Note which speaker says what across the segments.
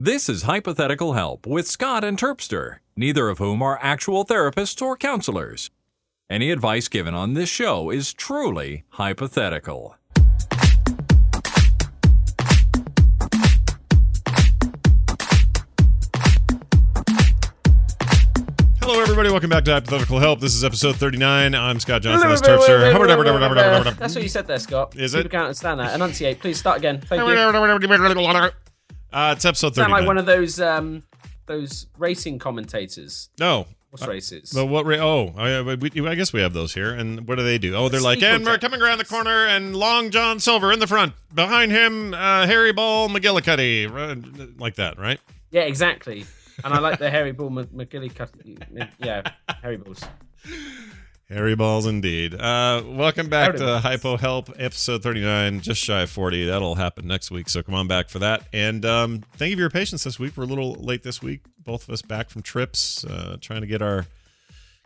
Speaker 1: This is Hypothetical Help with Scott and Terpster, neither of whom are actual therapists or counselors. Any advice given on this show is truly hypothetical.
Speaker 2: Hello, everybody. Welcome back to Hypothetical Help. This is episode 39. I'm Scott Johnson. This is Terpster. Hubbard, hubbard, hubbard, hubbard, hubbard,
Speaker 3: That's what
Speaker 2: hubbard.
Speaker 3: you said there, Scott.
Speaker 2: Is it?
Speaker 3: People can't understand that. Enunciate. Please start again. Thank you. Sound
Speaker 2: Uh, it's episode
Speaker 3: like
Speaker 2: 39.
Speaker 3: one of those um, those racing commentators.
Speaker 2: No.
Speaker 3: Horse races.
Speaker 2: But what? Ra- oh, I, I- we, I guess we have those here. And what do they do? Oh, they're like,
Speaker 3: Sequel
Speaker 2: and we're
Speaker 3: text.
Speaker 2: coming around the corner, and Long John Silver in the front. Behind him, uh, Harry Ball McGillicuddy. Right, Like that, right?
Speaker 3: yeah, exactly. And I like the Harry Ball Mc- McGillicuddy. Yeah, Harry Balls.
Speaker 2: Harry Balls indeed. Uh, welcome back
Speaker 3: Howdy.
Speaker 2: to Hypo Help, episode 39, just shy of 40. That'll happen next week, so come on back for that. And um, thank you for your patience this week. We're a little late this week, both of us back from trips, uh, trying to get our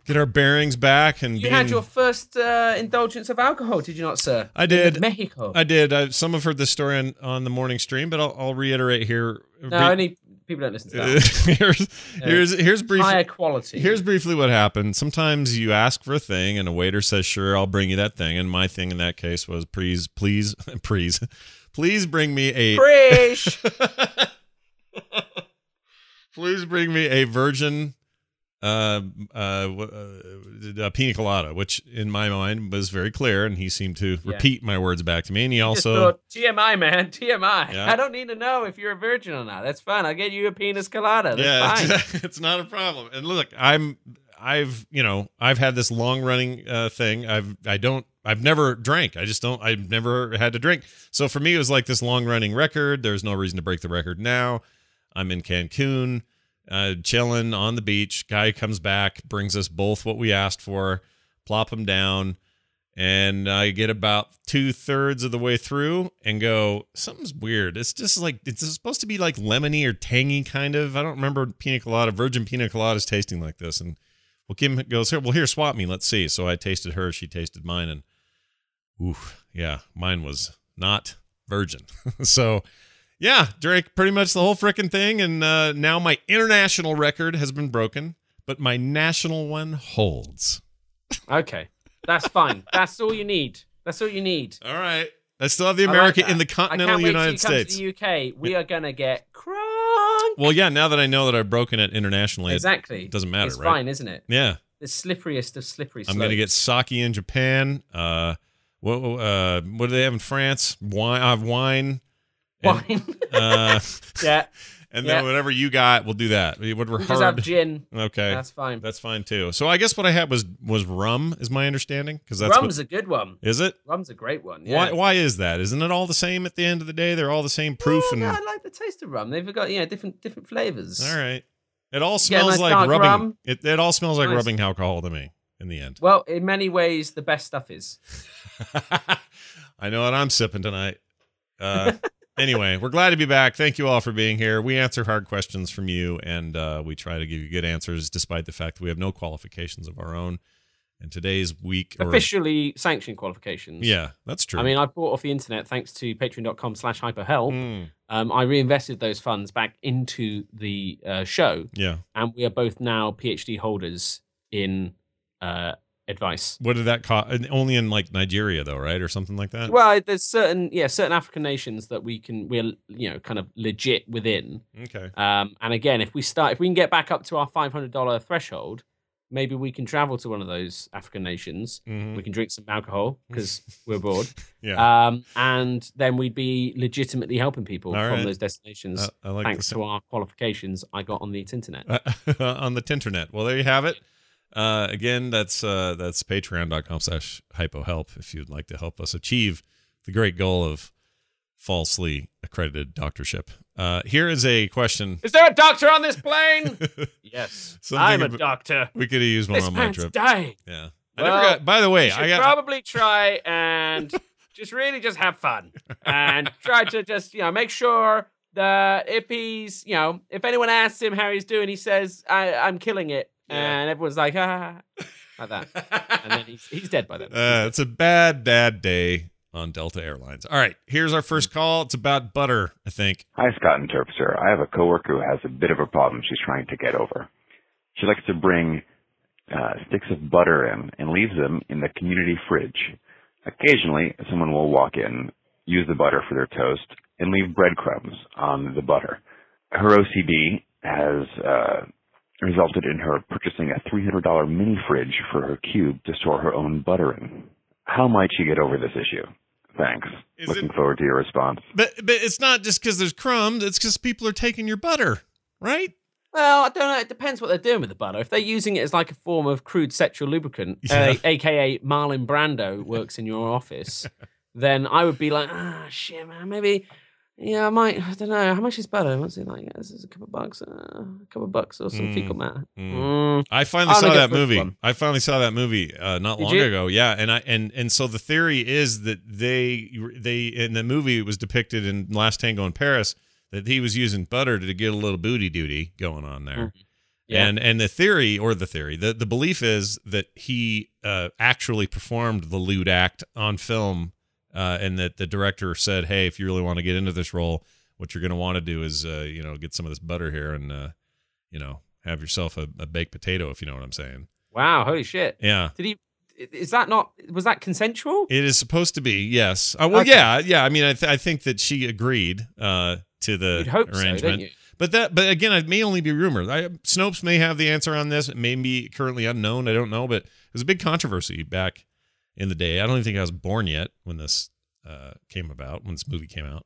Speaker 2: get our bearings back. And
Speaker 3: You
Speaker 2: being,
Speaker 3: had your first uh, indulgence of alcohol, did you not, sir?
Speaker 2: I did.
Speaker 3: In Mexico.
Speaker 2: I did. I, some have heard this story on, on the morning stream, but I'll, I'll reiterate here.
Speaker 3: no, only people don't listen to that.
Speaker 2: here's, here's here's brief.
Speaker 3: Higher quality.
Speaker 2: Here's briefly what happened. Sometimes you ask for a thing and a waiter says, "Sure, I'll bring you that thing." And my thing in that case was, "Please, please, please, please bring me a
Speaker 3: Preach.
Speaker 2: please bring me a virgin uh uh, w- uh, a pina colada," which in my mind was very clear and he seemed to
Speaker 3: Yeah.
Speaker 2: repeat my words back to me and he
Speaker 3: Just
Speaker 2: also
Speaker 3: thought, TMI, man, TMI.
Speaker 2: Yeah.
Speaker 3: I don't need to know if you're a virgin or not. That's fine. I'll get you a penis colada. That's fine.
Speaker 2: yeah, it's not a problem. And look, I'm I've you know I've had this long running uh, thing. I've I don't I've never drank. I just don't. I've never had to drink. So for me, it was like this long running record. There's no reason to break the record now. I'm in Cancun, uh, chilling on the beach. Guy comes back, brings us both what we asked for. Plop them down. And I get about two thirds of the way through and go, something's weird. It's just like, it's supposed to be like lemony or tangy kind of. I don't remember pina colada, virgin pina coladas tasting like this. And well, Kim goes, here, well, here, swap me. Let's see. So I tasted her. She tasted mine. And oof, yeah, mine was not virgin. so yeah, drank pretty much the whole freaking thing. And uh, now my international record has been broken, but my national one holds.
Speaker 3: Okay, that's fine. That's all you need. That's all you need.
Speaker 2: All right. I still have the
Speaker 3: I like
Speaker 2: America
Speaker 3: that.
Speaker 2: in the
Speaker 3: I
Speaker 2: continental
Speaker 3: can't wait
Speaker 2: United
Speaker 3: till you
Speaker 2: States.
Speaker 3: Come to the UK, we are gonna get crunk.
Speaker 2: Well, yeah, now that I know that I've broken it internationally,
Speaker 3: Exactly.
Speaker 2: it doesn't matter,
Speaker 3: It's
Speaker 2: right?
Speaker 3: fine, isn't it?
Speaker 2: Yeah.
Speaker 3: The slipperiest of slippery.
Speaker 2: I'm going to get
Speaker 3: slopes.
Speaker 2: sake in Japan. Uh, what, uh, what do they have in France? Wine. I have wine. And,
Speaker 3: wine.
Speaker 2: uh,
Speaker 3: yeah,
Speaker 2: and
Speaker 3: Yeah.
Speaker 2: then whatever you got, we'll do that. Whatever
Speaker 3: we just have
Speaker 2: hard.
Speaker 3: gin.
Speaker 2: Okay.
Speaker 3: That's fine.
Speaker 2: That's fine too. So I guess what I had was was rum, is my understanding, because that's
Speaker 3: Rum's a good one.
Speaker 2: what, is it.
Speaker 3: Rum's a great one. Yeah.
Speaker 2: Why why is that? Isn't it all the same at the end of the day? They're all the same proof
Speaker 3: Oh, Yeah,
Speaker 2: and
Speaker 3: no, I like the taste of rum. They've got you know different different flavors.
Speaker 2: All right. It all
Speaker 3: get a
Speaker 2: smells
Speaker 3: nice
Speaker 2: like
Speaker 3: dark
Speaker 2: rubbing.
Speaker 3: rum.
Speaker 2: It, it all smells like
Speaker 3: Nice.
Speaker 2: rubbing alcohol to me in the end.
Speaker 3: Well, in many ways, the best stuff is.
Speaker 2: I know what I'm sipping tonight. Uh, anyway, we're glad to be back. Thank you all for being here. We answer hard questions from you, and uh, we try to give you good answers, despite the fact that we have no qualifications of our own. And today's week, or-
Speaker 3: Officially sanctioned qualifications.
Speaker 2: yeah, that's true.
Speaker 3: I mean, I bought off the internet thanks to patreon.com slash hyperhelp.
Speaker 2: Mm,
Speaker 3: Um, I reinvested those funds back into the uh, show,
Speaker 2: yeah.
Speaker 3: and we are both now PhD holders in uh, advice.
Speaker 2: What did that cost? Only in like Nigeria, though, right, or something like that.
Speaker 3: Well, there's certain yeah certain African nations that we can we're you know kind of legit within.
Speaker 2: okay.
Speaker 3: Um, and again, if we start if we can get back up to our five hundred dollar threshold, maybe we can travel to one of those African nations.
Speaker 2: Mhm.
Speaker 3: We can drink some alcohol because we're bored,
Speaker 2: Yeah.
Speaker 3: um, and then we'd be legitimately helping people
Speaker 2: All
Speaker 3: from
Speaker 2: right. Uh,
Speaker 3: those destinations.
Speaker 2: I, I like
Speaker 3: thanks
Speaker 2: the
Speaker 3: to our qualifications I got on the internet.
Speaker 2: uh, on the Tinternet. Well, there you have it. Uh, again, that's uh, that's patreon.com slash hypohelp if you'd like to help us achieve the great goal of falsely accredited doctorship. Uh, here is a question.
Speaker 3: Is there a doctor on this plane? yes.
Speaker 2: Something
Speaker 3: I'm a
Speaker 2: ab-
Speaker 3: doctor.
Speaker 2: We could have used one
Speaker 3: This
Speaker 2: on my
Speaker 3: man's
Speaker 2: trip.
Speaker 3: dying.
Speaker 2: Yeah. I
Speaker 3: Well,
Speaker 2: never got, by the way,
Speaker 3: you should
Speaker 2: I got
Speaker 3: probably try and just really just have fun and try to just, you know, make sure that if he's, you know, if anyone asks him how he's doing, he says, I, I'm killing it.
Speaker 2: Yeah.
Speaker 3: And everyone's like, ah, like that. And then he's, he's dead by then.
Speaker 2: Uh, it's a bad, bad day on Delta Airlines. All right, here's our first call. It's about butter, I think.
Speaker 4: Hi, Scott and Terpster. I have a coworker who has a bit of a problem she's trying to get over. She likes to bring uh, sticks of butter in and leaves them in the community fridge. Occasionally, someone will walk in, use the butter for their toast, and leave breadcrumbs on the butter. Her OCD has uh, resulted in her purchasing a $300 mini fridge for her cube to store her own butter in. How might she get over this issue? Thanks.
Speaker 2: Is
Speaker 4: Looking
Speaker 2: it-
Speaker 4: forward to your response.
Speaker 2: But but it's not just because there's crumbs. It's because people are taking your butter, right?
Speaker 3: Well, I don't know. It depends what they're doing with the butter. If they're using it as like a form of crude sexual lubricant,
Speaker 2: Yeah.
Speaker 3: uh, aka Marlon Brando works in your office, then I would be like, ah, shit, man, maybe. Yeah, I might. I don't know. How much is butter? What's it like? Yeah, This is a couple bucks, uh, a couple bucks, or some
Speaker 2: Mm,
Speaker 3: fecal matter.
Speaker 2: mm.
Speaker 3: Mm.
Speaker 2: I finally
Speaker 3: I'll
Speaker 2: saw
Speaker 3: look at
Speaker 2: that
Speaker 3: the first
Speaker 2: movie.
Speaker 3: one.
Speaker 2: I finally saw that movie uh, not
Speaker 3: Did
Speaker 2: long
Speaker 3: you?
Speaker 2: ago. Yeah, and I and and so the theory is that they they in the movie it was depicted in Last Tango in Paris that he was using butter to get a little booty duty going on there.
Speaker 3: Mm-hmm. Yeah.
Speaker 2: And and the theory or the theory the the belief is that he uh, actually performed the lewd act on film, uh, and that the director said, "Hey, if you really want to get into this role, what you're going to want to do is uh, you know get some of this butter here and uh, you know have yourself a, a baked potato if you know what I'm saying."
Speaker 3: Wow, holy shit!
Speaker 2: Yeah.
Speaker 3: Did he? Is that not? Was that consensual?
Speaker 2: It is supposed to be yes. Uh, well,
Speaker 3: Okay.
Speaker 2: yeah, yeah. I mean, I, th- I think that she agreed uh, to the
Speaker 3: You'd hope so,
Speaker 2: arrangement.
Speaker 3: don't you?
Speaker 2: But that, but again, it may only be rumor. I, Snopes may have the answer on this. It may be currently unknown. I don't know, but it was a big controversy back in the day. I don't even think I was born yet when this uh, came about, when this movie came out.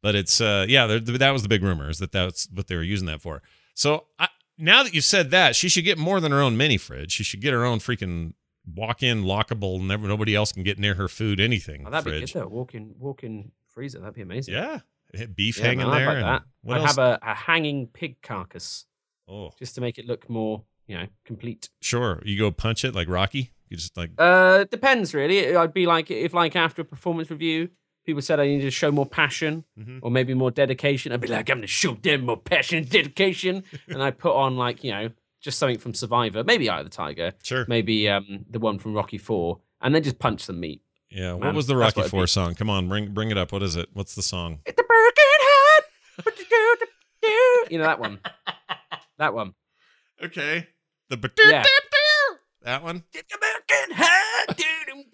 Speaker 2: But it's uh, yeah, there, that was the big rumor is that that's what they were using that for. So I, now that you said that, she should get more than her own mini fridge. She should get her own freaking walk-in lockable. Never, nobody else can get near her food. Anything
Speaker 3: Oh, that'd
Speaker 2: fridge.
Speaker 3: be good though. Walking, walking freezer. That'd be amazing.
Speaker 2: Yeah, beef
Speaker 3: Yeah,
Speaker 2: hanging
Speaker 3: man, I'd
Speaker 2: there.
Speaker 3: like
Speaker 2: and
Speaker 3: that.
Speaker 2: What
Speaker 3: I'd
Speaker 2: else?
Speaker 3: have a, a hanging pig carcass
Speaker 2: oh.
Speaker 3: just to make it look more, you know, complete.
Speaker 2: Sure. You go punch it like Rocky. You just like
Speaker 3: Uh, depends really. I'd be like if like after a performance review, people said I needed to show more passion
Speaker 2: Mhm.
Speaker 3: or maybe more dedication. I'd be like, I'm gonna show them more passion and dedication, and I put on like you know just something from Survivor, maybe Eye of the Tiger,
Speaker 2: sure.
Speaker 3: maybe um the one from Rocky Four, and then just punch the meat.
Speaker 2: Yeah. What
Speaker 3: Man,
Speaker 2: was the
Speaker 3: that's
Speaker 2: Rocky
Speaker 3: what it'd
Speaker 2: Four
Speaker 3: be.
Speaker 2: song? Come on, bring bring it up. What is it? What's the song?
Speaker 3: It's a broken heart. but you do- do- do. You know that one. That one.
Speaker 2: Okay. The
Speaker 3: Yeah.
Speaker 2: that one.
Speaker 3: It's American hot doodum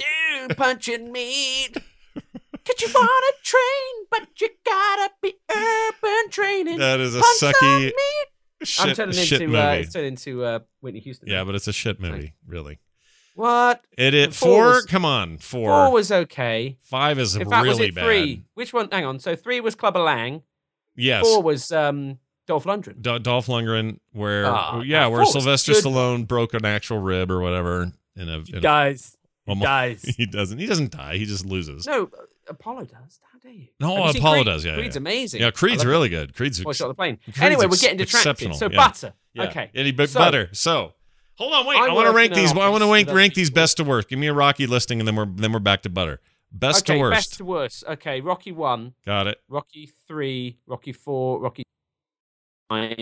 Speaker 3: doo punching meat. Cause you wanna train, but you gotta be urban training.
Speaker 2: That is a
Speaker 3: Punch that
Speaker 2: sucky
Speaker 3: meat.
Speaker 2: shit,
Speaker 3: I'm turning
Speaker 2: shit
Speaker 3: into
Speaker 2: movie.
Speaker 3: uh, it's turning into uh, Whitney Houston.
Speaker 2: yeah, but it's a shit movie, really.
Speaker 3: what
Speaker 2: It it
Speaker 3: Four
Speaker 2: four.
Speaker 3: was-
Speaker 2: come on, four.
Speaker 3: four was okay.
Speaker 2: Five is
Speaker 3: In fact, was
Speaker 2: really
Speaker 3: it three?
Speaker 2: bad.
Speaker 3: Which one? Hang on. So three was Clubber Lang.
Speaker 2: Yes.
Speaker 3: Four was um, Dolph Lundgren.
Speaker 2: Do- Dolph Lundgren, where
Speaker 3: Ah,
Speaker 2: yeah,
Speaker 3: now
Speaker 2: where
Speaker 3: four was
Speaker 2: Sylvester
Speaker 3: good.
Speaker 2: Stallone broke an actual rib or whatever. In a, in a-
Speaker 3: dies.
Speaker 2: One more-
Speaker 3: dies.
Speaker 2: he doesn't. He doesn't die. He just loses.
Speaker 3: no, Apollo does. How dare you?
Speaker 2: No,
Speaker 3: Have you seen
Speaker 2: Apollo
Speaker 3: Creed?
Speaker 2: does, yeah,
Speaker 3: Creed's
Speaker 2: yeah.
Speaker 3: amazing.
Speaker 2: yeah, Creed's
Speaker 3: I love
Speaker 2: really good. Creed's
Speaker 3: Boy,
Speaker 2: ex-
Speaker 3: shot the plane.
Speaker 2: Creed's
Speaker 3: anyway,
Speaker 2: ex-
Speaker 3: we're getting distracted.
Speaker 2: exceptional,
Speaker 3: So
Speaker 2: yeah.
Speaker 3: butter.
Speaker 2: Yeah.
Speaker 3: Okay.
Speaker 2: Any but
Speaker 3: So-
Speaker 2: butter. So hold on, wait. I,
Speaker 3: I
Speaker 2: want to
Speaker 3: work
Speaker 2: rank
Speaker 3: in an
Speaker 2: these. I want to
Speaker 3: office
Speaker 2: rank
Speaker 3: with
Speaker 2: rank
Speaker 3: other
Speaker 2: these
Speaker 3: people.
Speaker 2: best to worst. Give me a Rocky listing, and then we're then we're back to butter. Best
Speaker 3: okay,
Speaker 2: to worst.
Speaker 3: Best to worst. Okay, Rocky one,
Speaker 2: Got it.
Speaker 3: Rocky three, Rocky four, Rocky five.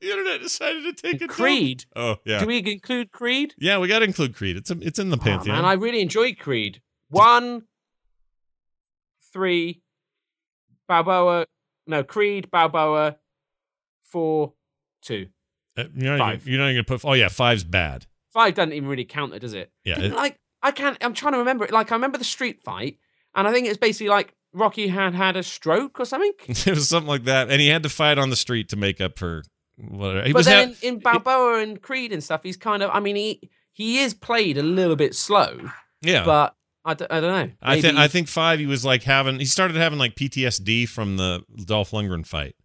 Speaker 2: The internet decided to take it.
Speaker 3: Creed.
Speaker 2: Oh yeah.
Speaker 3: Do we include Creed?
Speaker 2: yeah, we got to include Creed. It's a, it's in the
Speaker 3: And
Speaker 2: pantheon.
Speaker 3: I really enjoyed Creed. One, three, Balboa. No, Creed, Balboa, four, two.
Speaker 2: Uh, you're, not even,
Speaker 3: Five.
Speaker 2: you're not even gonna put. Oh yeah, five's bad.
Speaker 3: Five doesn't even really count there, does it?
Speaker 2: Yeah.
Speaker 3: Didn't,
Speaker 2: it-
Speaker 3: like I can't. I'm trying to remember it. Like I remember the street fight, and I think it's basically like Rocky had had a stroke or something.
Speaker 2: it was something like that, and he had to fight on the street to make up for whatever. He
Speaker 3: but
Speaker 2: was ha-
Speaker 3: then in, in Balboa and Creed and stuff, he's kind of. I mean, he he is played a little bit slow,
Speaker 2: yeah.
Speaker 3: but I d- I don't know.
Speaker 2: I think
Speaker 3: Maybe-
Speaker 2: I think five. He was like having. He started having like PTSD from the Dolph Lundgren fight.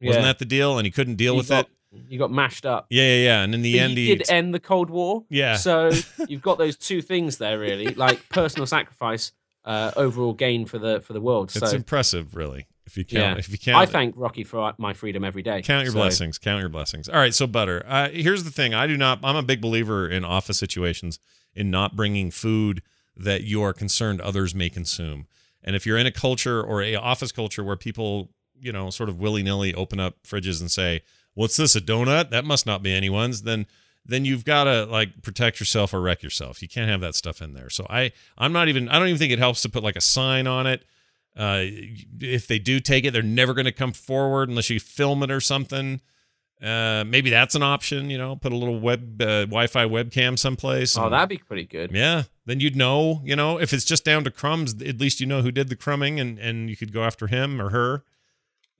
Speaker 2: Wasn't
Speaker 3: yeah.
Speaker 2: that the deal? And he couldn't deal
Speaker 3: You
Speaker 2: with
Speaker 3: got-
Speaker 2: it.
Speaker 3: You got mashed up.
Speaker 2: Yeah, yeah, yeah. And in the
Speaker 3: But
Speaker 2: end,
Speaker 3: he
Speaker 2: he
Speaker 3: did end the Cold War.
Speaker 2: Yeah.
Speaker 3: So you've got those two things there, really, like personal sacrifice, uh, overall gain for the for the world.
Speaker 2: It's
Speaker 3: so
Speaker 2: impressive, really. If you
Speaker 3: Yeah.
Speaker 2: count, if you count,
Speaker 3: I thank Rocky for uh, my freedom every day.
Speaker 2: count your
Speaker 3: So-
Speaker 2: blessings. Count your blessings. All right. So butter. Uh, here's the thing. I do not. I'm a big believer in office situations in not bringing food that you are concerned others may consume. And if you're in a culture or a office culture where people, you know, sort of willy nilly open up fridges and say, "What's this? A donut? That must not be anyone's." Then then you've got to like protect yourself or wreck yourself. You can't have that stuff in there. So I I'm not even I don't even think it helps to put like a sign on it. Uh, if they do take it, they're never going to come forward unless you film it or something. Uh, maybe that's an option. You know, put a little web uh, Wi-Fi webcam someplace.
Speaker 3: Oh,
Speaker 2: and-
Speaker 3: that'd be pretty good.
Speaker 2: yeah, then you'd know, you know, if it's just down to crumbs, at least you know who did the crumbing, and and you could go after him or her.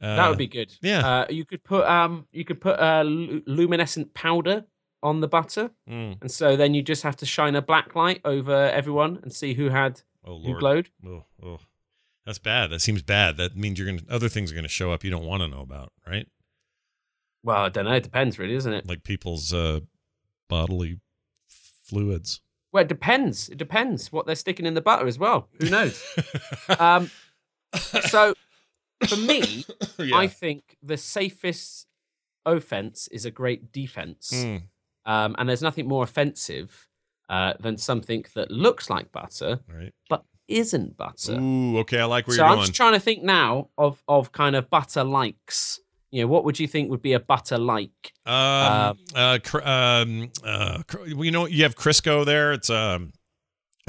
Speaker 2: Uh,
Speaker 3: that would be good.
Speaker 2: yeah.
Speaker 3: Uh, you could put um you could put a lu- luminescent powder on the batter,
Speaker 2: Mm.
Speaker 3: and so then you just have to shine a black light over everyone and see who had
Speaker 2: Oh
Speaker 3: who
Speaker 2: lord,
Speaker 3: glowed.
Speaker 2: oh, oh, that's bad. That seems bad. That means you're gonna other things are gonna show up you don't want to know about, right?
Speaker 3: Well, I don't know. It depends, really, doesn't it?
Speaker 2: Like people's uh, bodily fluids.
Speaker 3: Well, it depends. It depends what they're sticking in the batter as well. Who knows? um, so for me,
Speaker 2: yeah.
Speaker 3: I think the safest offense is a great defense.
Speaker 2: Mm,
Speaker 3: Um, and there's nothing more offensive uh, than something that looks like butter
Speaker 2: right.
Speaker 3: but isn't butter.
Speaker 2: Ooh, okay. Mm, I like where
Speaker 3: so
Speaker 2: you're
Speaker 3: I'm
Speaker 2: going.
Speaker 3: just trying to think now of of kind of butter likes. You know, what would you think would be a butter like?
Speaker 2: Um, uh, cr- um, uh, cr- you know, you have Crisco there. It's um,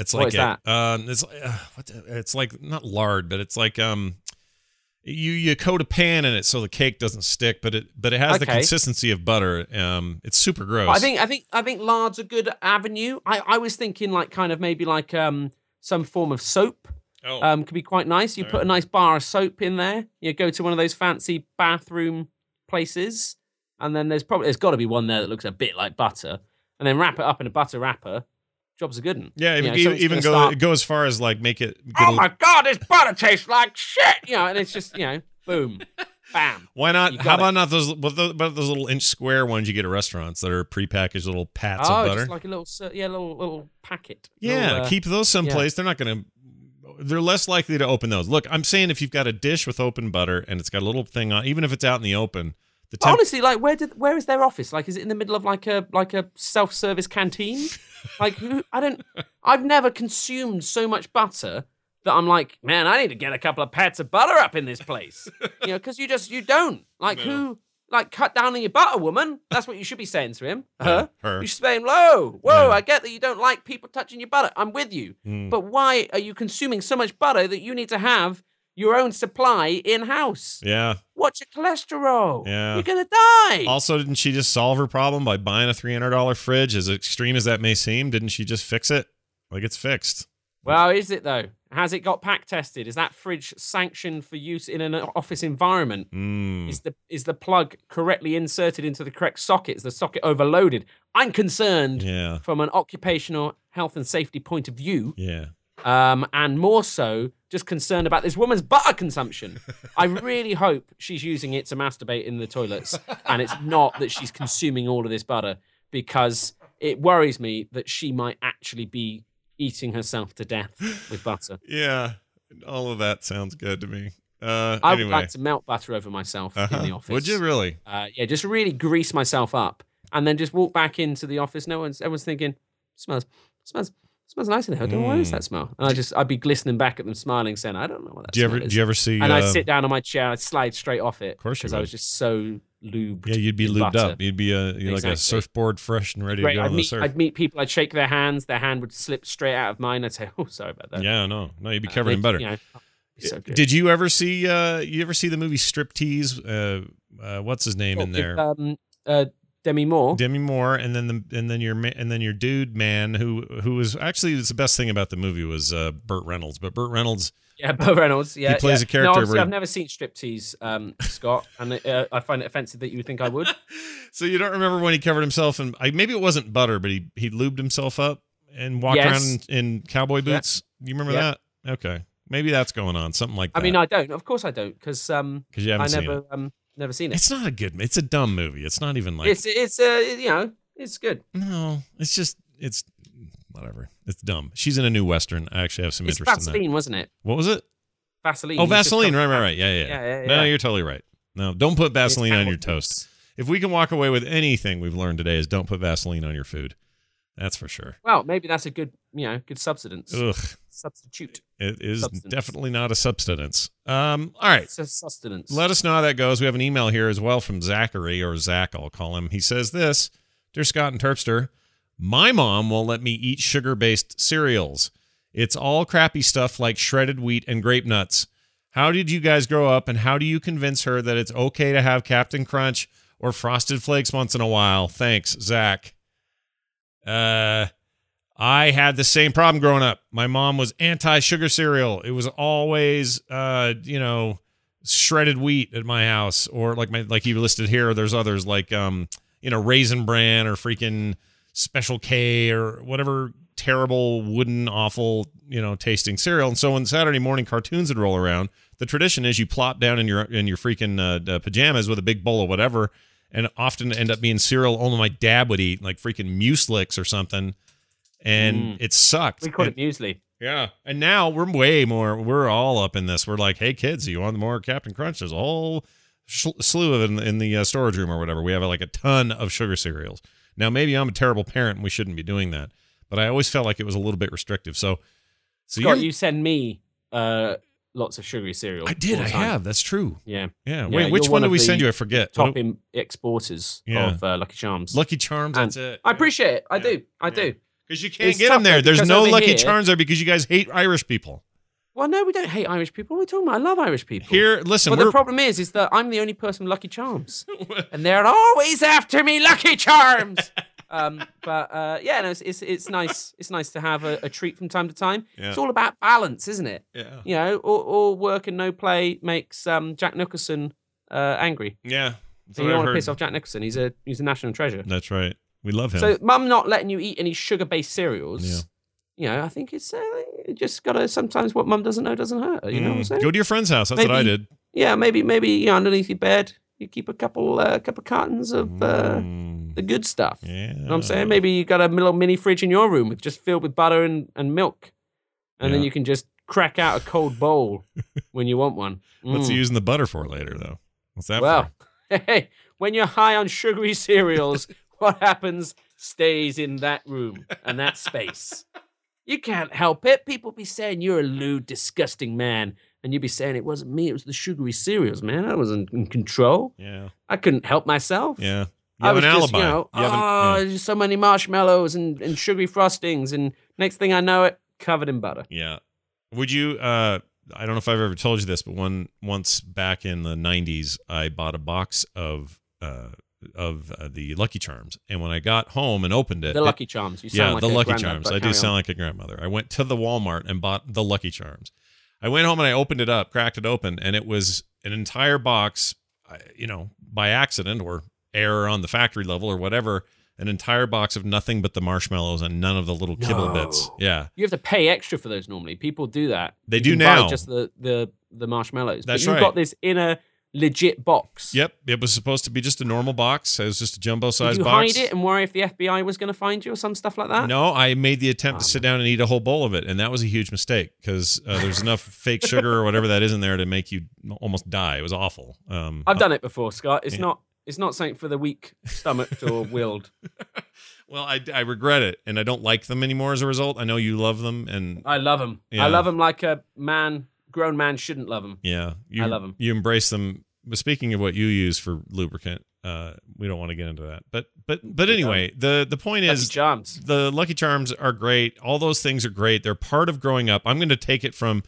Speaker 2: it's like
Speaker 3: What is
Speaker 2: a- um, it's uh, what the, it's like not lard, but it's like um, you you coat a pan in it so the cake doesn't stick, but it but it has the
Speaker 3: Okay.
Speaker 2: consistency of butter. Um, it's super gross.
Speaker 3: I think I think I think lard's a good avenue. I I was thinking like kind of maybe like um some form of soap
Speaker 2: Oh,
Speaker 3: um could be quite nice. You put a nice bar of soap in there. You go to one of those fancy bathroom places, and then there's probably there's got to be one there that looks a bit like butter, and then wrap it up in a butter wrapper. Job's a good one.
Speaker 2: yeah. Even,
Speaker 3: you know, something's
Speaker 2: even
Speaker 3: gonna
Speaker 2: go
Speaker 3: start-
Speaker 2: go as far as like make it. Get a
Speaker 3: Oh
Speaker 2: li-
Speaker 3: my god, this butter tastes like shit. You know, and it's just you know, boom, bam.
Speaker 2: why not?
Speaker 3: you
Speaker 2: How
Speaker 3: got
Speaker 2: about not those? What the- about those little inch square ones you get at restaurants that are prepackaged little pats
Speaker 3: oh,
Speaker 2: of butter?
Speaker 3: just like a little cir- yeah, little little packet.
Speaker 2: Yeah,
Speaker 3: Little, uh,
Speaker 2: keep those someplace. They're not going to. They're less likely to open those. Look, I'm saying if you've got a dish with open butter and it's got a little thing on, even if it's out in the open, the
Speaker 3: But
Speaker 2: temp-
Speaker 3: honestly, like, where did where is their office? Like, is it in the middle of like a like a self service canteen? like, who? I don't. I've never consumed so much butter that I'm like, man, I need to get a couple of pats of butter up in this place. you know, because you just you don't like who like cut down on your butter, woman. That's what you should be saying to him. Huh?
Speaker 2: her.
Speaker 3: You should say, "Whoa, whoa!
Speaker 2: Yeah.
Speaker 3: I get that you don't like people touching your butter. I'm with you,
Speaker 2: Mm.
Speaker 3: but why are you consuming so much butter that you need to have your own supply in house?
Speaker 2: yeah.
Speaker 3: What's your cholesterol?
Speaker 2: Yeah.
Speaker 3: You're gonna die."
Speaker 2: Also, didn't she just solve her problem by buying a $300 fridge? As extreme as that may seem, didn't she just fix it? Like it's fixed.
Speaker 3: Well, is it though? Has it got pack tested? Is that fridge sanctioned for use in an office environment?
Speaker 2: Mm.
Speaker 3: Is the is the plug correctly inserted into the correct socket? Is the socket overloaded? I'm concerned
Speaker 2: Yeah.
Speaker 3: from an occupational health and safety point of view.
Speaker 2: Yeah.
Speaker 3: um, and more so just concerned about this woman's butter consumption. I really hope she's using it to masturbate in the toilets, and it's not that she's consuming all of this butter because it worries me that she might actually be eating herself to death with butter.
Speaker 2: Yeah. All of that sounds good to me. Uh,
Speaker 3: I
Speaker 2: anyway.
Speaker 3: would like to melt butter over myself
Speaker 2: Uh-huh.
Speaker 3: in the office.
Speaker 2: Would you really?
Speaker 3: Uh, yeah, just really grease myself up, and then just walk back into the office. No one's everyone's thinking smells, smells. Smells nice in here. I don't know what is
Speaker 2: Mm.
Speaker 3: that smell? And I just, I'd be glistening back at them, smiling, saying, "I don't know what that
Speaker 2: Do you
Speaker 3: smell
Speaker 2: ever?
Speaker 3: is."
Speaker 2: Do you ever see?
Speaker 3: and
Speaker 2: uh,
Speaker 3: I'd sit down on my chair and I'd slide straight off it. Of
Speaker 2: course you
Speaker 3: I
Speaker 2: would.
Speaker 3: was just so lubed.
Speaker 2: Yeah, you'd be
Speaker 3: in
Speaker 2: lubed
Speaker 3: butter.
Speaker 2: up. You'd be a you're like a
Speaker 3: Exactly.
Speaker 2: surfboard fresh and ready to
Speaker 3: Right,
Speaker 2: go
Speaker 3: I'd
Speaker 2: on the
Speaker 3: meet,
Speaker 2: surf.
Speaker 3: I'd meet people, I'd shake their hands, their hand would slip straight out of mine. I'd say, oh, sorry about that.
Speaker 2: Yeah, no, no, you'd be
Speaker 3: Uh,
Speaker 2: covered in
Speaker 3: they'd-
Speaker 2: butter.
Speaker 3: you know, oh, it's so good.
Speaker 2: Did you ever see? uh You ever see the movie Striptease? Uh, uh, what's his name
Speaker 3: Oh,
Speaker 2: in
Speaker 3: with,
Speaker 2: there?
Speaker 3: Um, uh, Demi Moore.
Speaker 2: Demi Moore, and then the and then your ma- and then your dude man who who was actually it's the best thing about the movie was uh Burt Reynolds, but Burt Reynolds
Speaker 3: yeah, Burt Reynolds. Yeah,
Speaker 2: plays
Speaker 3: yeah.
Speaker 2: a character
Speaker 3: No, obviously,
Speaker 2: where-
Speaker 3: I've never seen striptease, um, Scott, and uh, I find it offensive that you would think I would.
Speaker 2: so you don't remember when he covered himself in I, maybe it wasn't butter, but he he lubed himself up and walked
Speaker 3: Yes.
Speaker 2: around in, in cowboy
Speaker 3: Yeah.
Speaker 2: boots. You remember
Speaker 3: Yeah.
Speaker 2: that? Okay, maybe that's going on something like that.
Speaker 3: I mean, I don't. Of course, I don't, because um,
Speaker 2: because Uh, you
Speaker 3: I
Speaker 2: haven't seen it.
Speaker 3: never, um, never seen it.
Speaker 2: It's not a good. It's a dumb movie. It's not even like
Speaker 3: It's, it's, uh, you know, it's good.
Speaker 2: no. It's just it's whatever. It's dumb. She's in a new western. I actually have some
Speaker 3: It's
Speaker 2: interest in that.
Speaker 3: Vaseline, wasn't it?
Speaker 2: What was it?
Speaker 3: Vaseline.
Speaker 2: Oh,
Speaker 3: He's just
Speaker 2: Vaseline.
Speaker 3: come
Speaker 2: Right, right,
Speaker 3: back.
Speaker 2: right. Yeah, yeah. yeah.
Speaker 3: Yeah, yeah,
Speaker 2: No,
Speaker 3: yeah.
Speaker 2: you're totally right. No, don't put Vaseline
Speaker 3: It's
Speaker 2: on your
Speaker 3: Hamilton's.
Speaker 2: toast. If we can walk away with anything we've learned today is don't put Vaseline on your food. That's for sure.
Speaker 3: Well, maybe that's a good, you know, good substance
Speaker 2: Ugh,
Speaker 3: substitute.
Speaker 2: it is
Speaker 3: Substance.
Speaker 2: definitely not a substance. Um, all right.
Speaker 3: It's a sustenance.
Speaker 2: Let us know how that goes. We have an email here as well from Zachary or Zach, I'll call him. He says this Dear Scott and Terpster, my mom won't let me eat sugar based cereals. It's all crappy stuff like shredded wheat and grape nuts. How did you guys grow up and how do you convince her that it's okay to have Captain Crunch or Frosted Flakes once in a while? Thanks, Zach. Uh, I had the same problem growing up. My mom was anti sugar cereal. It was always, uh, you know, shredded wheat at my house, or like my like you listed here. There's others like, um, you know, raisin bran or freaking special K or whatever terrible wooden awful you know tasting cereal. And so when Saturday morning cartoons would roll around, the tradition is you plop down in your in your freaking uh, uh, pajamas with a big bowl of whatever, and often end up being cereal only my dad would eat, like freaking muslix or something. And
Speaker 3: Mm.
Speaker 2: it sucked.
Speaker 3: We call
Speaker 2: And-
Speaker 3: it muesli.
Speaker 2: yeah. And now we're way more, we're all up in this. We're like, hey, kids, you want more Captain Crunch? There's a whole sh- slew of it in the, in the uh, storage room or whatever. We have like a ton of sugar cereals. Now, maybe I'm a terrible parent and we shouldn't be doing that, but I always felt like it was a little bit restrictive. So, so
Speaker 3: Scott,
Speaker 2: you-
Speaker 3: you send me uh, lots of sugary cereal.
Speaker 2: I did.
Speaker 3: all
Speaker 2: I
Speaker 3: the time.
Speaker 2: have. That's true.
Speaker 3: Yeah,
Speaker 2: Yeah.
Speaker 3: Yeah,
Speaker 2: Wait, which one
Speaker 3: you're one
Speaker 2: did
Speaker 3: of
Speaker 2: we send
Speaker 3: the
Speaker 2: you? I forget. What
Speaker 3: top
Speaker 2: do-
Speaker 3: im- exporters
Speaker 2: Yeah.
Speaker 3: of uh, Lucky Charms.
Speaker 2: Lucky Charms.
Speaker 3: And
Speaker 2: that's it.
Speaker 3: Um, I appreciate it. I
Speaker 2: Yeah.
Speaker 3: do. I
Speaker 2: Yeah.
Speaker 3: do.
Speaker 2: because you can't
Speaker 3: It's
Speaker 2: get them
Speaker 3: tough,
Speaker 2: there.
Speaker 3: though,
Speaker 2: There's
Speaker 3: because
Speaker 2: no
Speaker 3: over
Speaker 2: Lucky
Speaker 3: here-
Speaker 2: Charms there because you guys hate Irish people.
Speaker 3: Well, no, we don't hate Irish people. What are we talking about? I love Irish people.
Speaker 2: Here, listen,
Speaker 3: but
Speaker 2: we're
Speaker 3: the problem is, is that I'm the only person with Lucky Charms, and they're always after me, Lucky Charms. um, but uh, yeah, no, it's, it's it's nice. It's nice to have a, a treat from time to time.
Speaker 2: Yeah.
Speaker 3: It's all about balance, isn't it?
Speaker 2: yeah.
Speaker 3: You know, all, all work and no play makes um, Jack Nicholson uh, angry.
Speaker 2: yeah. That's
Speaker 3: So
Speaker 2: what
Speaker 3: you don't
Speaker 2: I've
Speaker 3: want to
Speaker 2: heard.
Speaker 3: piss off Jack Nicholson. He's a he's a national treasure.
Speaker 2: That's right. We love him.
Speaker 3: So mum not letting you eat any sugar-based cereals.
Speaker 2: Yeah.
Speaker 3: You know, I think it's uh, you just gotta sometimes what mum doesn't know doesn't hurt. her, You know what I'm
Speaker 2: Mm.
Speaker 3: saying?
Speaker 2: Go to your friend's house. That's what I
Speaker 3: Maybe-
Speaker 2: did.
Speaker 3: Yeah, maybe maybe you know, underneath your bed you keep a couple uh, couple cartons of uh,
Speaker 2: Mm.
Speaker 3: the good stuff.
Speaker 2: yeah.
Speaker 3: You know what I'm saying? Maybe you got a little mini fridge in your room with just filled with butter and, and milk, and then
Speaker 2: Yeah.
Speaker 3: you can just crack out a cold bowl when you want one.
Speaker 2: What's
Speaker 3: Mm.
Speaker 2: he using the butter for later, though? What's that
Speaker 3: Well,
Speaker 2: for?
Speaker 3: hey, when you're high on sugary cereals, what happens stays in that room and that space. You can't help it. People be saying you're a lewd, disgusting man. And you'd be saying it wasn't me, it was the sugary cereals, man. I was in, in control.
Speaker 2: Yeah.
Speaker 3: I couldn't help myself.
Speaker 2: Yeah. You
Speaker 3: I
Speaker 2: have
Speaker 3: was
Speaker 2: an
Speaker 3: just,
Speaker 2: alibi.
Speaker 3: you know,
Speaker 2: You have an-
Speaker 3: oh,
Speaker 2: yeah.
Speaker 3: there's so many marshmallows and, and sugary frostings. And next thing I know, it covered in butter.
Speaker 2: Yeah. Would you uh I don't know if I've ever told you this, but one once back in the 90s, I bought a box of uh of uh, the Lucky Charms, and when I got home and opened it,
Speaker 3: The
Speaker 2: it-
Speaker 3: Lucky Charms. You sound
Speaker 2: yeah,
Speaker 3: like
Speaker 2: the
Speaker 3: a
Speaker 2: Lucky
Speaker 3: grandad,
Speaker 2: Charms.
Speaker 3: but
Speaker 2: I do
Speaker 3: carry on.
Speaker 2: sound like a grandmother. I went to the Walmart and bought the Lucky Charms. I went home and I opened it up, cracked it open, and it was an entire box. I- You know, by accident or error on the factory level or whatever, an entire box of nothing but the marshmallows and none of the little kibble
Speaker 3: No.
Speaker 2: bits. Yeah,
Speaker 3: You have to pay extra for those normally. People do that.
Speaker 2: They
Speaker 3: You
Speaker 2: do
Speaker 3: can
Speaker 2: now.
Speaker 3: Buy just the the the marshmallows.
Speaker 2: That's
Speaker 3: but you've
Speaker 2: right.
Speaker 3: got this in a legit box.
Speaker 2: yep. It was supposed to be just a normal box. It was just a jumbo
Speaker 3: Did
Speaker 2: sized
Speaker 3: you
Speaker 2: box.
Speaker 3: hide it and worry if the FBI was going to find you or some stuff like that?
Speaker 2: No, I made the attempt to
Speaker 3: Um,
Speaker 2: sit down and eat a whole bowl of it, and that was a huge mistake because uh, there's enough fake sugar or whatever that is in there to make you almost die. It was awful. Um,
Speaker 3: I've done it before, Scott. It's
Speaker 2: Yeah.
Speaker 3: not it's not something for the weak stomached or willed.
Speaker 2: Well, I, I regret it, and I don't like them anymore as a result. I know you love them, and
Speaker 3: I love them.
Speaker 2: Yeah.
Speaker 3: I love them like a man, grown man shouldn't love them.
Speaker 2: yeah, you,
Speaker 3: I love 'em.
Speaker 2: You embrace them. But speaking of what you use for lubricant, uh, we don't want to get into that. But but but anyway, the the point
Speaker 3: Lucky
Speaker 2: is
Speaker 3: Charms.
Speaker 2: the Lucky Charms are great. All those things are great. They're part of growing up. I'm going to take it from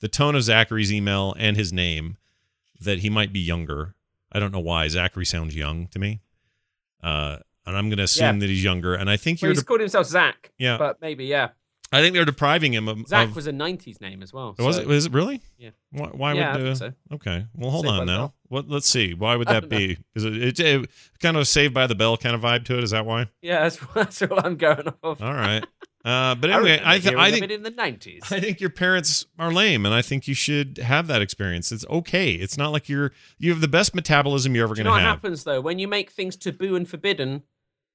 Speaker 2: the tone of Zachary's email and his name that he might be younger. I don't know why Zachary sounds young to me, uh, and I'm going to assume
Speaker 3: Yeah.
Speaker 2: that he's younger. And I think
Speaker 3: Well,
Speaker 2: you're
Speaker 3: he's
Speaker 2: de-
Speaker 3: called himself Zach.
Speaker 2: yeah.
Speaker 3: But maybe yeah.
Speaker 2: I think they're depriving him of,
Speaker 3: Zach
Speaker 2: of
Speaker 3: was a '90s name as well.
Speaker 2: was
Speaker 3: so-
Speaker 2: it? Was it really?
Speaker 3: Yeah.
Speaker 2: Why, why
Speaker 3: yeah,
Speaker 2: would?
Speaker 3: I
Speaker 2: uh,
Speaker 3: think so.
Speaker 2: Okay. Well, hold
Speaker 3: Saved by
Speaker 2: on
Speaker 3: the
Speaker 2: now.
Speaker 3: Bell.
Speaker 2: What? Let's see. Why would
Speaker 3: I
Speaker 2: that
Speaker 3: don't know.
Speaker 2: be? Is it, it, it kind of Saved by the Bell kind of vibe to it? Is that why?
Speaker 3: Yeah, that's, that's all I'm going off.
Speaker 2: All right. Uh, but anyway,
Speaker 3: remember
Speaker 2: I, th-
Speaker 3: hearing
Speaker 2: I
Speaker 3: of
Speaker 2: think
Speaker 3: it in the '90s.
Speaker 2: I think your parents are lame, and I think you should have that experience. It's okay. It's not like you're you have the best metabolism you're ever
Speaker 3: Do you
Speaker 2: going
Speaker 3: know
Speaker 2: to
Speaker 3: what
Speaker 2: have.
Speaker 3: happens though when you make things taboo and forbidden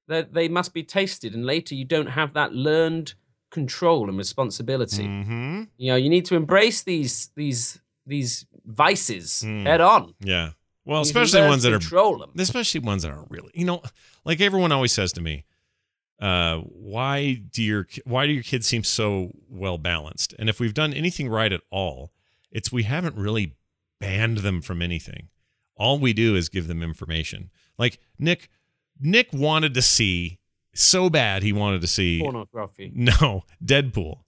Speaker 3: that they must be tasted and later you don't have that learned control and responsibility
Speaker 2: Mm-hmm.
Speaker 3: you know you need to embrace these these these vices
Speaker 2: Mm.
Speaker 3: head on
Speaker 2: Yeah. Well, especially ones that are
Speaker 3: control them
Speaker 2: especially ones that aren't really you know like everyone always says to me uh why do your ki- why do your kids seem so well balanced and if we've done anything right at all it's we haven't really banned them from anything all we do is give them information like nick Nick wanted to see so bad he wanted to see
Speaker 3: Pornography.
Speaker 2: no Deadpool.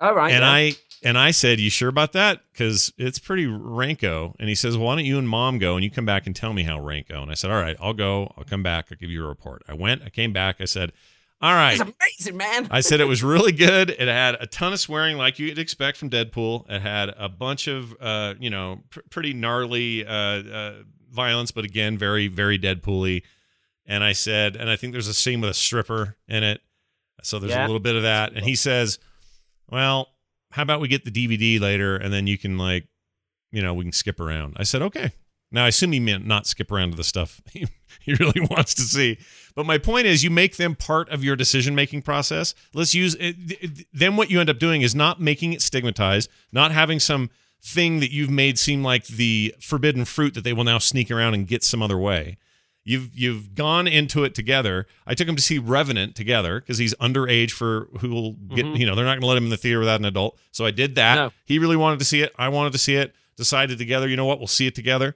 Speaker 3: All right.
Speaker 2: and
Speaker 3: yeah.
Speaker 2: I and I said, "You sure about that? Because it's pretty ranko." And he says, well, "Why don't you and Mom go and you come back and tell me how ranko?" And I said, "All right, I'll go. I'll come back. I'll give you a report." I went. I came back. I said, "All right."
Speaker 3: It's amazing, man.
Speaker 2: I said it was really good. It had a ton of swearing, like you'd expect from Deadpool. It had a bunch of, uh, you know, pr- pretty gnarly uh, uh, violence, but again, very, very Deadpool-y. And I said, and I think there's a scene with a stripper in it, so there's a
Speaker 3: Yeah.
Speaker 2: little bit of that. And he says, "Well, how about we get the DVD later, and then you can like, you know, we can skip around." I said, "Okay." Now I assume he meant not skip around to the stuff he he really wants to see. But my point is, you make them part of your decision making process. Let's use it, th- th- then what you end up doing is not making it stigmatized, not having some thing that you've made seem like the forbidden fruit that they will now sneak around and get some other way. You've you've gone into it together. I took him to see Revenant together because he's underage for who will get
Speaker 3: Mhm.
Speaker 2: you know they're not going to let him in the theater without an adult. So I did that.
Speaker 3: No.
Speaker 2: He really wanted to see it. I wanted to see it. Decided together. You know what? We'll see it together.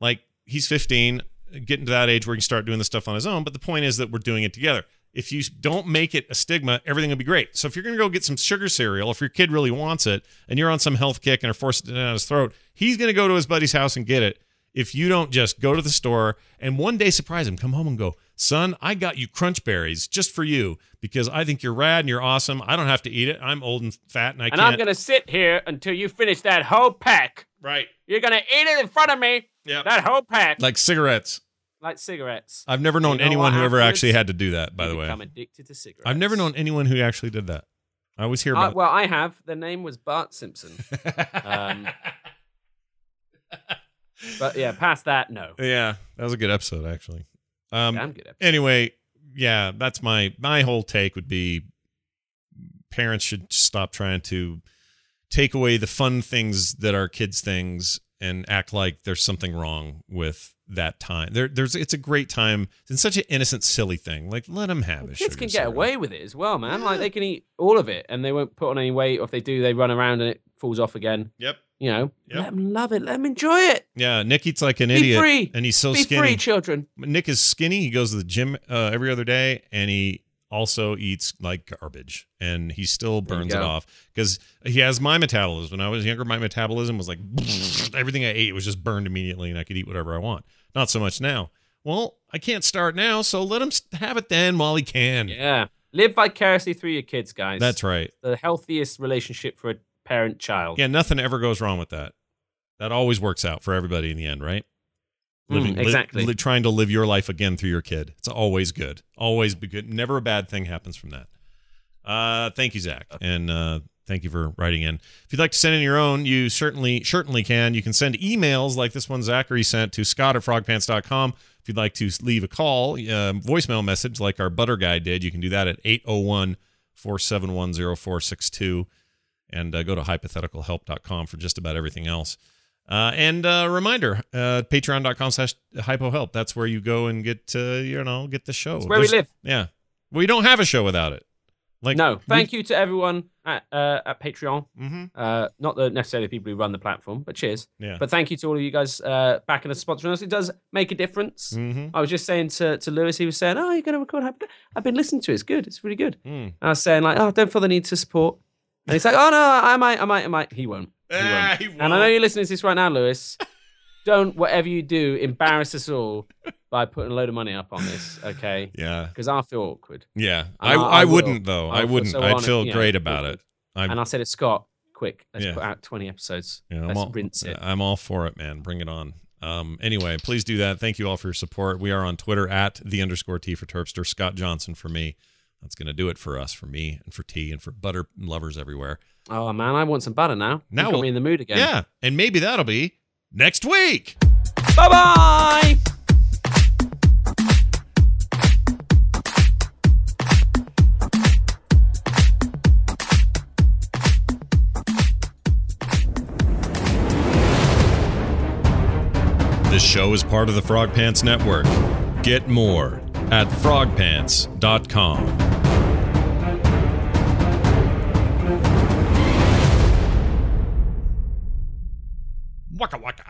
Speaker 2: Like he's 15 getting to that age where he can start doing this stuff on his own. But the point is that we're doing it together. If you don't make it a stigma, everything will be great. So if you're going to go get some sugar cereal, if your kid really wants it and you're on some health kick and are forcing it down his throat, he's going to go to his buddy's house and get it. If you don't just go to the store and one day surprise him, come home and go, son, I got you crunch berries just for you because I think you're rad and you're awesome. I don't have to eat it. I'm old and fat and I
Speaker 3: and
Speaker 2: can't.
Speaker 3: I'm going to sit here until you finish that whole pack.
Speaker 2: right.
Speaker 3: You're going to eat it in front of me,
Speaker 2: Yeah.
Speaker 3: that whole pack, like,
Speaker 2: like cigarettes.
Speaker 3: cigarettes.
Speaker 2: I've never known
Speaker 3: know
Speaker 2: anyone
Speaker 3: what
Speaker 2: who ever
Speaker 3: happens?
Speaker 2: actually had to do that, by
Speaker 3: You
Speaker 2: the way.
Speaker 3: become addicted to cigarettes.
Speaker 2: I've never known anyone who actually did that. I always hear
Speaker 3: Uh,
Speaker 2: about.
Speaker 3: well, I have. The name was Bart Simpson. um, But yeah, past that, no.
Speaker 2: yeah, that was a good episode actually. Um,
Speaker 3: Damn good. episode.
Speaker 2: anyway, yeah, that's my my whole take would be parents should stop trying to take away the fun things that are kids things and act like there's something wrong with that time. There there's it's a great time. It's such an innocent silly thing. Like let them have it.
Speaker 3: Kids can get away with it as well, man. Like they can eat all of it and they won't put on any weight. Or if they do, they run around and it falls off again.
Speaker 2: Yep.
Speaker 3: You know,
Speaker 2: Yep.
Speaker 3: let them love it. Let them enjoy it.
Speaker 2: Yeah, Nick eats like an
Speaker 3: Be
Speaker 2: idiot
Speaker 3: free.
Speaker 2: and he's so
Speaker 3: Be
Speaker 2: skinny.
Speaker 3: free, children.
Speaker 2: Nick is skinny. He goes to the gym uh, every other day, and he also eats like garbage, and he still
Speaker 3: There you
Speaker 2: burns it
Speaker 3: go.
Speaker 2: off because he has my metabolism. When I was younger, my metabolism was like everything I ate was just burned immediately, and I could eat whatever I want. Not so much now. Well, I can't start now, so let him s- have it then while he can.
Speaker 3: Yeah. Live vicariously through your kids, guys.
Speaker 2: Mm. That's right.
Speaker 3: the healthiest relationship for a parent child.
Speaker 2: Yeah, nothing ever goes wrong with that. That always works out for everybody in the end, right?
Speaker 3: Mm,
Speaker 2: li-
Speaker 3: exactly.
Speaker 2: li- trying to live your life again through your kid. It's always good. Always be good. Never a bad thing happens from that. Uh, thank you, Zach, and uh, thank you for writing in. If you'd like to send in your own, you certainly certainly can. You can send emails like this one Zachary sent to Scott at frogpants.com. If you'd like to leave a call, uh, voicemail message like our butter guy did, you can do that at 801 471 0462 and uh, go to hypotheticalhelp.com for just about everything else. Uh, and uh, reminder, uh, patreon.com slash hypohelp. That's where you go and get, uh, you know, get the show.
Speaker 3: It's where we
Speaker 2: There's-
Speaker 3: live.
Speaker 2: Yeah. We don't have a show without it. Like
Speaker 3: no, thank you to everyone at, uh, at Patreon.
Speaker 2: Mm-hmm.
Speaker 3: Uh, not the necessarily people who run the platform, but cheers.
Speaker 2: Yeah.
Speaker 3: But thank you to all of you guys uh, backing us, sponsoring us. It does make a difference.
Speaker 2: mm-hmm.
Speaker 3: I was just saying to, to Lewis, he was saying, "Oh, you're going to record? Happy Death?" I've been listening to it. It's good. It's really good."
Speaker 2: Mm.
Speaker 3: And I was saying like, "Oh, don't feel the need to support." And he's like, "Oh no, I might, I might, I might." He won't. He won't.
Speaker 2: Ah, he
Speaker 3: And I know
Speaker 2: won't.
Speaker 3: you're listening to this right now, Lewis. Don't whatever you do embarrass us all by putting a load of money up on this, okay?
Speaker 2: Yeah.
Speaker 3: Because I feel awkward.
Speaker 2: Yeah. I,
Speaker 3: I-
Speaker 2: I,
Speaker 3: I will.
Speaker 2: wouldn't, though. I,
Speaker 3: I'll feel
Speaker 2: wouldn't.
Speaker 3: so
Speaker 2: I'd
Speaker 3: honest,
Speaker 2: feel
Speaker 3: you know,
Speaker 2: great about it.
Speaker 3: awkward.
Speaker 2: I'm,
Speaker 3: And I said to Scott, "Quick, let's
Speaker 2: Yeah.
Speaker 3: put out 20 episodes.
Speaker 2: you know, I'm
Speaker 3: let's
Speaker 2: all-
Speaker 3: rinse it."
Speaker 2: Uh, I'm all for it, man. Bring it on. Um, anyway, please do that. Thank you all for your support. We are on Twitter at the underscore T for Terpster, Scott Johnson for me. That's going to do it for us, for me, and for tea, and for butter lovers everywhere.
Speaker 3: Oh man, I want some butter now.
Speaker 2: Now
Speaker 3: Now got
Speaker 2: we'll-
Speaker 3: me in the mood again.
Speaker 2: yeah. And maybe that'll be next week.
Speaker 3: Bye bye.
Speaker 2: This show is part of the Frog Pants Network. Get more at frogpants.com. Waka waka.